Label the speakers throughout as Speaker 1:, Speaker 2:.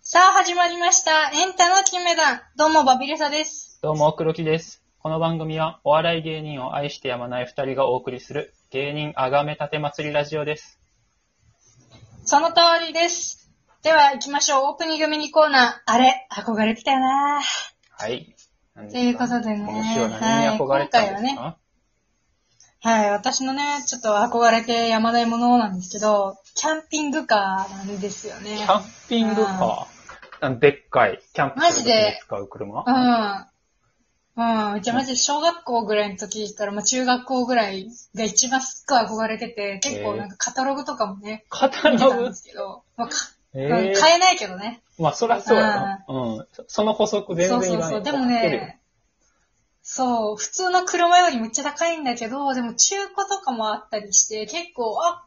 Speaker 1: さあ、始まりました。エンタの金メダン。どうも、バビレサです。
Speaker 2: どうも、黒木です。この番組は、お笑い芸人を愛してやまない二人がお送りする、芸人あがめたて祭りラジオです。
Speaker 1: その通りです。では、行きましょう。オープニングミニコーナー。あれ、憧れてたよな
Speaker 2: はい。何
Speaker 1: ということでね
Speaker 2: 今週は何に憧れてたんですか、
Speaker 1: はい、私のね、ちょっと憧れてやまないものなんですけど、キャンピングカーなんですよね。
Speaker 2: キャンピングカー。でっかい。キャンプする時に使う車
Speaker 1: うん。うん。うちはマジで小学校ぐらいの時から、まあ中学校ぐらいが一番すっごい憧れてて、結構なんかカタログとかもね、
Speaker 2: カタ
Speaker 1: 見てたん
Speaker 2: ログ
Speaker 1: ですけど、まあか
Speaker 2: え
Speaker 1: うん
Speaker 2: ー
Speaker 1: 買えないけどね。
Speaker 2: まあ、そらそうやな。うん。そその補足全
Speaker 1: そう
Speaker 2: 然
Speaker 1: そ
Speaker 2: いうらん
Speaker 1: そ
Speaker 2: よ
Speaker 1: う。でも
Speaker 2: 買ってるよ
Speaker 1: ね、そう、普通の車よりめっちゃ高いんだけど、でも中古とかもあったりして、結構、あ、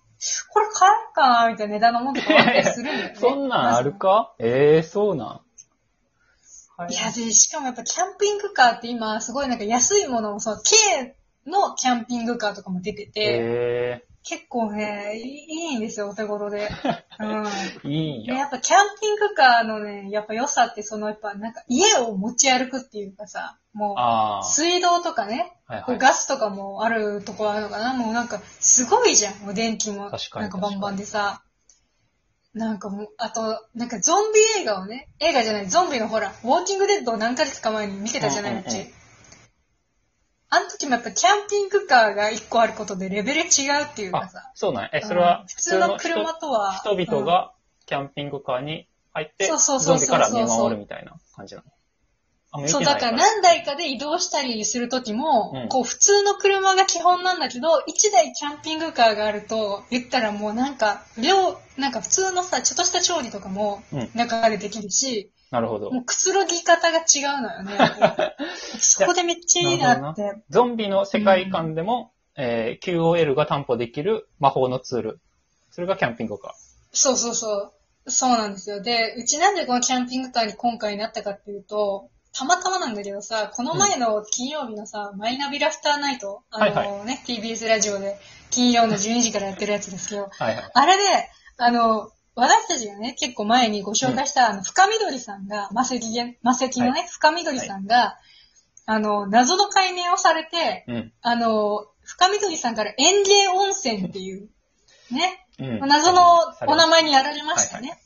Speaker 1: これ買えるかなみたいな値段のものとかもあったりするんだよね。
Speaker 2: そんなんあるかええー、そうなん。
Speaker 1: いや、で、しかもやっぱキャンピングカーって今、すごいなんか安いものも、その、軽のキャンピングカーとかも出てて、
Speaker 2: え
Speaker 1: 結構ね、いいいいんですよ、お手頃 で。うん。
Speaker 2: えー、いいん
Speaker 1: で
Speaker 2: や。
Speaker 1: やっぱキャンピングカーのね、やっぱ良さって、その、やっぱなんか家を持ち歩くっていうかさ、も
Speaker 2: あ
Speaker 1: う、水道とかね、
Speaker 2: あ。はい
Speaker 1: こ
Speaker 2: は
Speaker 1: う
Speaker 2: い。
Speaker 1: ガスとかもあるところあるのかなもうなんか、すごいじゃん。もう電気も、
Speaker 2: 確かに
Speaker 1: なんかバンバンでさ。なんかもう、あと、なんかゾンビ映画をね、映画じゃない、ゾンビのほら、ウォーキングデッドを何ヶ月か前に見てたじゃな
Speaker 2: うんう
Speaker 1: い、
Speaker 2: ん
Speaker 1: う
Speaker 2: うん
Speaker 1: ち。あの時もやっぱキャンピングカーが一個あることでレベル違うっていうか
Speaker 2: あ
Speaker 1: さ。、
Speaker 2: そうなんやえ、
Speaker 1: うん
Speaker 2: それは
Speaker 1: 普通の車とは。
Speaker 2: 人々がキャンピングカーに入って、
Speaker 1: そうそう
Speaker 2: ゾ
Speaker 1: そうそう
Speaker 2: ンビから見守るみたいな感じなの。
Speaker 1: う
Speaker 2: あも
Speaker 1: ん、
Speaker 2: う
Speaker 1: そう、
Speaker 2: 行
Speaker 1: だ
Speaker 2: け
Speaker 1: か
Speaker 2: ない
Speaker 1: ら何台かで移動したりする時も、
Speaker 2: うん
Speaker 1: こう普通の車が基本なんだけど、1台キャンピングカーがあると、言ったらもうなんか、量、なんか普通のさ、ちょっとした調理とかも
Speaker 2: うん、
Speaker 1: 中でできるし、
Speaker 2: なるほど
Speaker 1: も。うくつろぎ方が違うの よね。そこでめっちゃいいなって。
Speaker 2: ゾンビの世界観でも、えー QOL が担保できる魔法のツール。それがキャンピングカ
Speaker 1: そうそうそう。そうなんですよ。で、うちなんでこのキャンピングカーに今回なったかっていうと、たまたまなんだけどさ、この前の金曜日のさ、マイナビラフターナイト、あのね、
Speaker 2: はい
Speaker 1: TBS ラジオで金曜の12時からやってるやつですよ。
Speaker 2: ー。はいはい。
Speaker 1: あれで、あの、私たちがね、結構前にご紹介した、あの、深緑さんが、マセキげん、マセキのね、
Speaker 2: は
Speaker 1: 深緑さんが、あの、謎の解明をされて、
Speaker 2: うん。
Speaker 1: あの、深緑さんから園芸温泉っていう、ね、
Speaker 2: うん。
Speaker 1: 謎のお名前にやられました
Speaker 2: はい
Speaker 1: ね。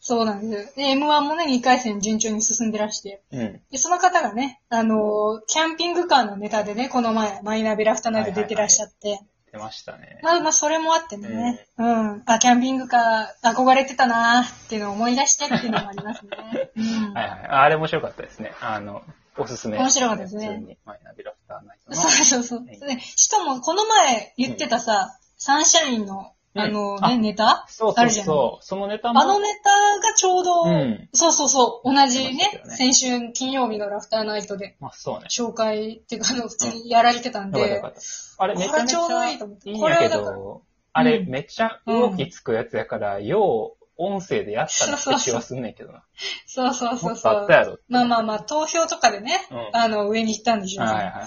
Speaker 1: そうなんです。で、M1 もね、2回戦順調に進んでらして。
Speaker 2: うん。
Speaker 1: で、その方がね、あのーキャンピングカーのネタでね、この前、マイナビラフターナイト出てらっしゃって。
Speaker 2: 出ましたね。
Speaker 1: まあまあ、それもあってね、うん。あ、キャンピングカー憧れてたなーっていうのを思い出してっていうのもありますね。 うん。
Speaker 2: はいはい。あれ面白かったですね。あの、おすすめ。
Speaker 1: 面白かったですね
Speaker 2: 普通にマイナビラフターナイトの。
Speaker 1: そうそうそう。
Speaker 2: はい
Speaker 1: でしかも、この前言ってたさ、サンシャインの、あのーね、
Speaker 2: うんあ
Speaker 1: ネタ
Speaker 2: そう
Speaker 1: あ
Speaker 2: そう
Speaker 1: るじゃん
Speaker 2: そう。そのネタも。
Speaker 1: あのネタがちょうど、
Speaker 2: うん
Speaker 1: そうそうそう、同じ
Speaker 2: そうで
Speaker 1: ね
Speaker 2: すよ、ね
Speaker 1: 先週金曜日のラフターナイトで
Speaker 2: まあそうね。
Speaker 1: 紹介っていうか、あの、普通にやられてたん
Speaker 2: よかったよ
Speaker 1: で
Speaker 2: か、った。あれめちゃめち
Speaker 1: これちょうどいいと
Speaker 2: ゃ
Speaker 1: 思って
Speaker 2: いいんやけ
Speaker 1: これはだから
Speaker 2: ど、あれ
Speaker 1: うん
Speaker 2: めっちゃ動きつくやつやから、よう音声でやったなって気はすんねんけどな。
Speaker 1: そうそうそ
Speaker 2: も
Speaker 1: う
Speaker 2: っ
Speaker 1: そ
Speaker 2: とあ
Speaker 1: う
Speaker 2: った。やろって。
Speaker 1: まあまあまあ、投票とかでね、
Speaker 2: うん
Speaker 1: あの、上に行ったんでしょうね。
Speaker 2: はいはいはい。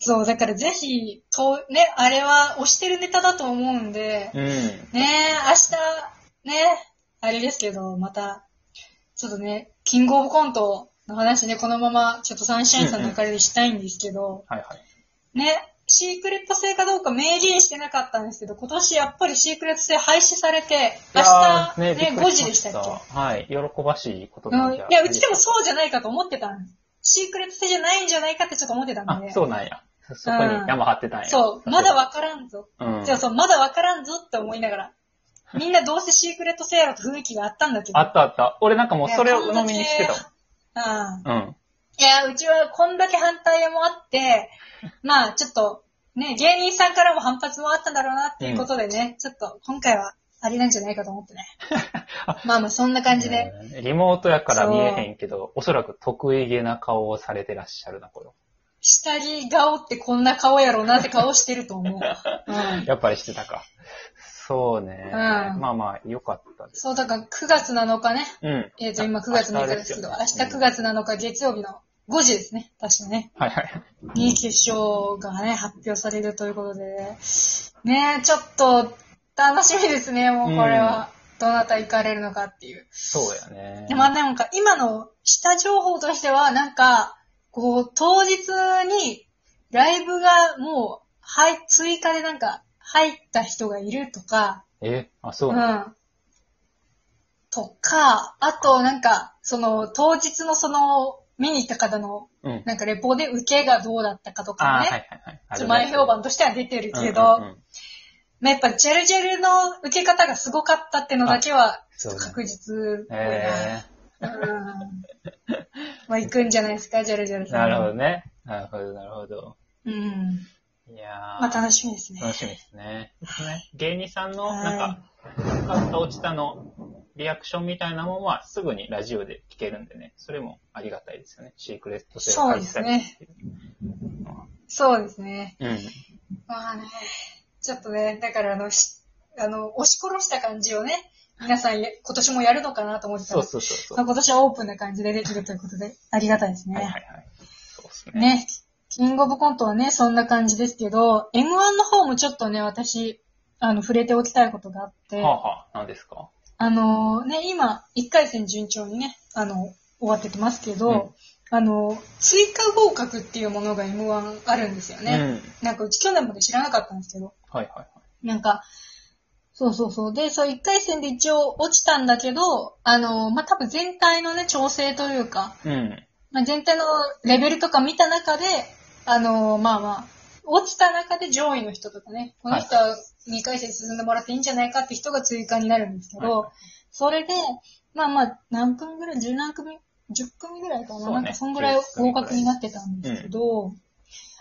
Speaker 1: そう、だからぜひ、と、ね、あれは押してるネタだと思うんで、
Speaker 2: うん。
Speaker 1: ねえ、明日、ね、あれですけど、また、ちょっとね、キングオブコントの話ね、このまま、ちょっとサンシャインさんの中でしたいんですけど、
Speaker 2: はいはい。
Speaker 1: ね、シークレット制かどうか明言してなかったんですけど、今年やっぱりシークレット制廃止されて、明日ね
Speaker 2: びっく
Speaker 1: 5
Speaker 2: りし
Speaker 1: 時
Speaker 2: ま
Speaker 1: でしたっけ
Speaker 2: はい。喜ばしいこと
Speaker 1: う
Speaker 2: な
Speaker 1: ん、
Speaker 2: んじ
Speaker 1: い
Speaker 2: ゃ
Speaker 1: や、うちでもそうじゃないかと思ってたんシークレット制じゃないんじゃないかってちょっと思ってた
Speaker 2: あ
Speaker 1: んで。、
Speaker 2: そうなんや。そそこに山張ってたんや。
Speaker 1: そう、まだわからんぞ。
Speaker 2: うん
Speaker 1: じゃあそう、まだわからんぞって思いながら。みんなどうせシークレット制やろと雰囲気があったんだけど。
Speaker 2: あったあった。俺なんかもうそれ
Speaker 1: い
Speaker 2: を鵜
Speaker 1: や
Speaker 2: 呑みにしてた
Speaker 1: うん。
Speaker 2: もん。うん。
Speaker 1: いや、うちはこんだけ反対もあ って、まあちょっと、ね、芸人さんからも反発もあったんだろうなっていうことでね、ちょっと今回はありなんじゃないかと思 ってね。まあまあそんな感じで。
Speaker 2: うんリモートやから見えへんけど、おそらく得意げな顔をされてらっしゃるな、これ。
Speaker 1: 下着顔ってこんな顔やろうなって顔してると 思う。うん。
Speaker 2: やっぱりしてたか。そうね。
Speaker 1: うん
Speaker 2: まあまあ、よかったです。
Speaker 1: そう、だから9月7日ね。
Speaker 2: うん。
Speaker 1: えっ、と、今9月6日ですけど、明
Speaker 2: 明
Speaker 1: 日
Speaker 2: 日ですよね
Speaker 1: 9月7日月曜日の5時ですね。確かね。
Speaker 2: はいはい。
Speaker 1: に決勝がね、発表されるということでね。ねえ、ちょっと楽しみですね、もうこれは。どなた行かれるのかっていう。
Speaker 2: そうやね。
Speaker 1: でまあなんか今の下情報としては、なんか、こう、当日にライブがもう、はい、追加でなんか入った人がいるとか、
Speaker 2: え、あ、そううなんだ。
Speaker 1: ん。とか、あとなんか、その当日のその、見に行った方の、
Speaker 2: うん。
Speaker 1: なんかレポで受けがどうだったかとか
Speaker 2: あ
Speaker 1: も
Speaker 2: ー、はい
Speaker 1: ね、
Speaker 2: はいはいあ
Speaker 1: ちょ
Speaker 2: るね。
Speaker 1: っと前評判としては出てるけど、
Speaker 2: うんうんうん
Speaker 1: まあやっぱジェルジェルの受け方がすごかったってのだけは、ち
Speaker 2: そ
Speaker 1: ょっ
Speaker 2: う
Speaker 1: と
Speaker 2: ね。
Speaker 1: 確実っぽいな。
Speaker 2: え
Speaker 1: うんまあ行くんじゃないですか、ジェルジェル
Speaker 2: ー、
Speaker 1: さん。
Speaker 2: なるほどね。なるほど、なるほど。
Speaker 1: うん。
Speaker 2: いやー、
Speaker 1: まあ楽しみですね。
Speaker 2: 楽しみですね。芸人さんの、
Speaker 1: はい
Speaker 2: なんか、良かった落ちたのリアクションみたいなもんは、すぐにラジオで聞けるんでね、それもありがたいですよね。シークレット性を感じたりして。
Speaker 1: そうですね。
Speaker 2: うん。
Speaker 1: まあね、ちょっとね、だからあの、しあの、押し殺した感じをね、皆さんや今年もやるのかなと思ってた
Speaker 2: そ
Speaker 1: ら
Speaker 2: うそうそうそ
Speaker 1: まあ
Speaker 2: う。
Speaker 1: 今年はオープンな感じでできるということで、ありがたいですね。
Speaker 2: はいはいはい。そうですね。
Speaker 1: ね、キングオブコントはね、そんな感じですけど、M1 の方もちょっとね、私、あの、触れておきたいことがあって、
Speaker 2: はあはあ、何ですか
Speaker 1: あのね、今、1回戦順調にね、あの、終わってきますけど、あの、追加合格っていうものが M1 あるんですよね。なんかうち去年まで知らなかったんですけど、
Speaker 2: うん。はいはいはい。
Speaker 1: なんか、そうそうそう。で、そう、1回戦で一応落ちたんだけど、あの、まあ、多分全体のね、調整というか、
Speaker 2: うん。
Speaker 1: まあ、全体のレベルとか見た中で、あのーまあまあ、落ちた中で上位の人とかね、この人は2回戦進んでもらっていいんじゃないかって人が追加になるんですけど、
Speaker 2: はい
Speaker 1: それで、まあまあ、何組ぐらい、十何組、10組ぐらいかな、
Speaker 2: そうね
Speaker 1: なんかそんぐらい合格になってたんですけど、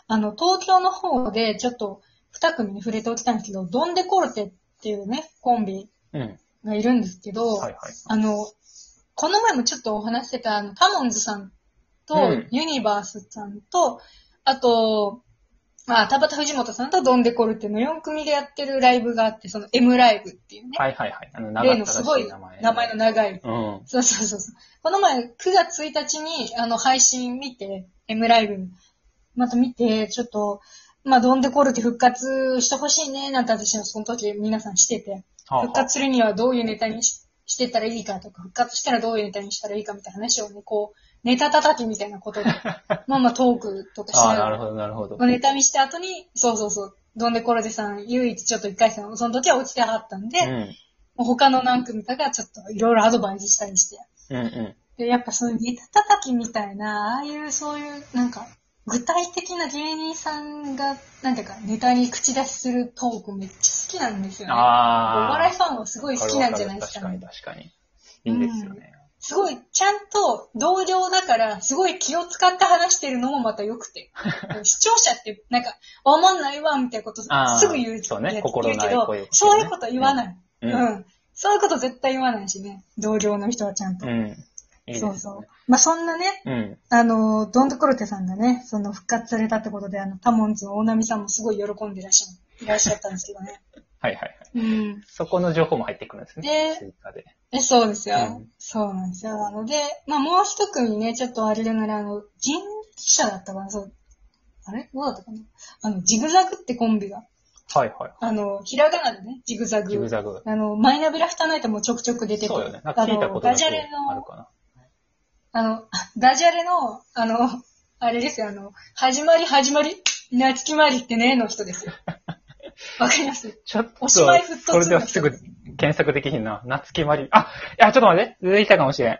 Speaker 1: あの、東京の方でちょっと2組に触れておきたいんですけど、ドンデコルテっていうね、コンビ
Speaker 2: うん。
Speaker 1: がいるんですけど、
Speaker 2: はいはい。
Speaker 1: あの、この前もちょっとお話ししてた、あの、タモンズさんと、
Speaker 2: うん
Speaker 1: ユニバースさんと、あと、あ、田畑藤本さんとドンデコルテの4組でやってるライブがあって、その M ライブっていうね、
Speaker 2: はいはいはい。あの、
Speaker 1: 例
Speaker 2: 長
Speaker 1: の
Speaker 2: 田
Speaker 1: す
Speaker 2: ら
Speaker 1: ご
Speaker 2: し
Speaker 1: い
Speaker 2: い名前。
Speaker 1: 名前の長い。
Speaker 2: の。うん。
Speaker 1: そうそうそうそう。この前、9月1日に、あの、配信見て、M ライブ、また見て、ちょっと、まあ、ドンデコルテ復活してほしいね、なんて私はその時皆さんしてて。
Speaker 2: はあはあ
Speaker 1: 復活するにはどういうネタにししてったらいいかとか、復活したらどういうネタにしたらいいかみたいな話をね、こう、ネタ叩きみたいなこと で、まあまあトークとかし
Speaker 2: ああ、
Speaker 1: ながら、
Speaker 2: なるほどなるほど
Speaker 1: まあ。ネタにした後に、そうそうそう、ドンデコロデさん唯一ちょっと一回戦、その時は落ちてはったんで、も
Speaker 2: ん。
Speaker 1: う他の何組かがちょっといろいろアドバイスしたりして、
Speaker 2: うんうん。
Speaker 1: で、やっぱそのネタ叩きみたいな、ああいうそういう、なんか、具体的な芸人さんが、なんていうか、ネタに口出しするトークめっちゃ好きなんですよね。お
Speaker 2: ああ。
Speaker 1: 笑いファンはすごい好きなんじゃないですか、
Speaker 2: わ
Speaker 1: ね
Speaker 2: る。わる確かに確かに。いいですよね。
Speaker 1: すごい、ちゃんと同情だから、すごい気を使って話してるのもまた良く て。視聴者って、なんか、おもんないわ、みたいなことす
Speaker 2: あー
Speaker 1: ぐ言う
Speaker 2: そうね
Speaker 1: やつ
Speaker 2: 心ない
Speaker 1: 言う
Speaker 2: 声を
Speaker 1: け
Speaker 2: ね
Speaker 1: ど、そういうこと言わない、
Speaker 2: う
Speaker 1: うん。そういうこと絶対言わないしね。同情の人はちゃんと。
Speaker 2: うん。いいです
Speaker 1: そ
Speaker 2: ね
Speaker 1: うそう。まあ、そんなね、
Speaker 2: うん。
Speaker 1: あの、ドンドコルテさんがね、その復活されたってことで、あの、タモンズの大波さんもすごい喜んでいらっしゃいらっしゃったんですけどね。
Speaker 2: はいはいはい。
Speaker 1: うん。
Speaker 2: そこの情報も入ってくるんですね。
Speaker 1: で
Speaker 2: 追加で。
Speaker 1: え、そうですよ。
Speaker 2: うん
Speaker 1: そうなんですよ。なので、まあ、もう一組ね、ちょっとあれだなら、あの、人力車だったかな、そう。あれどうだったかなあの、ジグザグってコンビが。
Speaker 2: はいはい。
Speaker 1: あの、ひらがなでね、ジグザグ。
Speaker 2: ジグザグ。
Speaker 1: あの、マイナビラフターナイトもちょくちょく出てて。
Speaker 2: そうよね。なんか
Speaker 1: あ
Speaker 2: 聞いた
Speaker 1: の、
Speaker 2: ことだ
Speaker 1: ダ
Speaker 2: け
Speaker 1: ジャレ
Speaker 2: ある
Speaker 1: の、
Speaker 2: か
Speaker 1: あの、ダジャレの、あの、あれですよ、あの、始まり始まり、夏木まりってね、の人です よ。わかります
Speaker 2: な。ちょっと、
Speaker 1: おしまい沸騰する
Speaker 2: これではすぐ検索できひんな。夏木まり。あ、いや、ちょっと待って。出てきたかもしれん。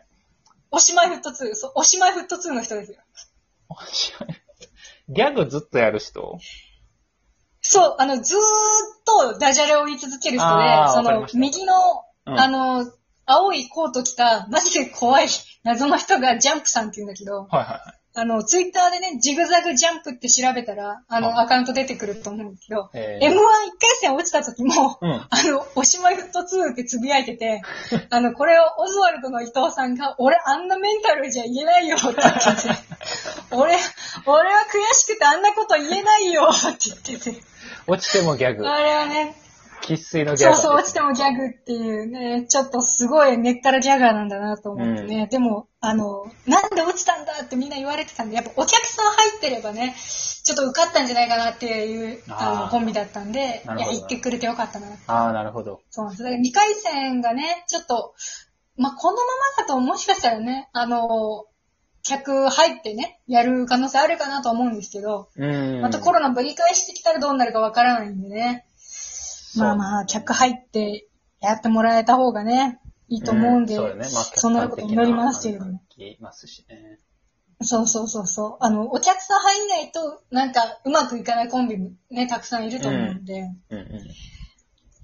Speaker 1: おしまいフット2、そう、おしまいフット2の人ですよ。
Speaker 2: 面白いギャグずっとやる人
Speaker 1: そう、あの、ずーっとダジャレを言い続ける人で
Speaker 2: あー、
Speaker 1: そ
Speaker 2: わかり
Speaker 1: の
Speaker 2: ま、した
Speaker 1: 右の、
Speaker 2: うん
Speaker 1: あの、青いコート着た、マジで怖い謎の人がジャンプさんって言うんだけど、
Speaker 2: はいは
Speaker 1: あの、ツイッターでね、ジグザグジャンプって調べたら、あ
Speaker 2: うん
Speaker 1: の、アカウント出てくると思うんだけど、
Speaker 2: いはい。え
Speaker 1: M11 回戦落ちた時も、
Speaker 2: ーうん。
Speaker 1: あの、おしまいフット2ってつぶやいて て、あの、これをオズワルドの伊藤さんが、俺あんなメンタルじゃ言えないよって言って て、俺、俺は悔しくてあんなこと言えないよって言ってて。
Speaker 2: 落ちてもギャグ。
Speaker 1: あれはね、
Speaker 2: 喫水のギャ
Speaker 1: そうそ
Speaker 2: グ。
Speaker 1: う、落ちてもギャグっていうね、ちょっとすごい根っからギャガーなんだなと思ってね、でも、あの、なんで落ちたんだってみんな言われてたんで、やっぱお客さん入ってればね、ちょっと受かったんじゃないかなっていう、あ
Speaker 2: あー
Speaker 1: の、コンビだったんで、い
Speaker 2: な
Speaker 1: や
Speaker 2: るほど、
Speaker 1: 言ってくれてよかったな。
Speaker 2: ああ、なるほど。
Speaker 1: そうなんです。だから2回戦がね、ちょっと、まあ、このままだともしかしたらね、あの、客入ってね、やる可能性あるかなと思うんですけど、
Speaker 2: うん。
Speaker 1: またコロナぶり返してきたらどうなるかわからないんでね。
Speaker 2: う
Speaker 1: まあまあ、客入ってやってもらえた方がね、いいと思うんで、
Speaker 2: そうよね。まあ、
Speaker 1: そんなこと祈りますけれども。。
Speaker 2: 聞きますしね。
Speaker 1: そうそうそうそう。あの、お客さん入んないと、なんか、うまくいかないコンビもね、たくさんいると思うんで、
Speaker 2: うんうん。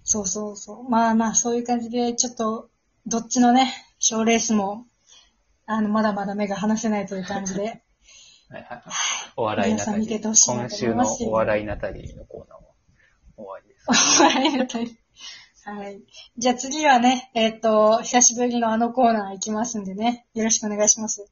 Speaker 1: そうそうそう。まあまあ、そういう感じで、ちょっと、どっちのね、賞レースも、あの、まだまだ目が離せないという感じで、
Speaker 2: はいはいはい。お笑いな
Speaker 1: 皆さ
Speaker 2: た
Speaker 1: ん見
Speaker 2: り。
Speaker 1: ててほしいな
Speaker 2: 今
Speaker 1: と
Speaker 2: 週
Speaker 1: 思い
Speaker 2: の
Speaker 1: ます
Speaker 2: お笑いなたりのコーナーも終わりです。
Speaker 1: 笑いの対はい。じゃあ次はね、えっ、と、久しぶりのあのコーナー行きますんでね、よろしくお願いします。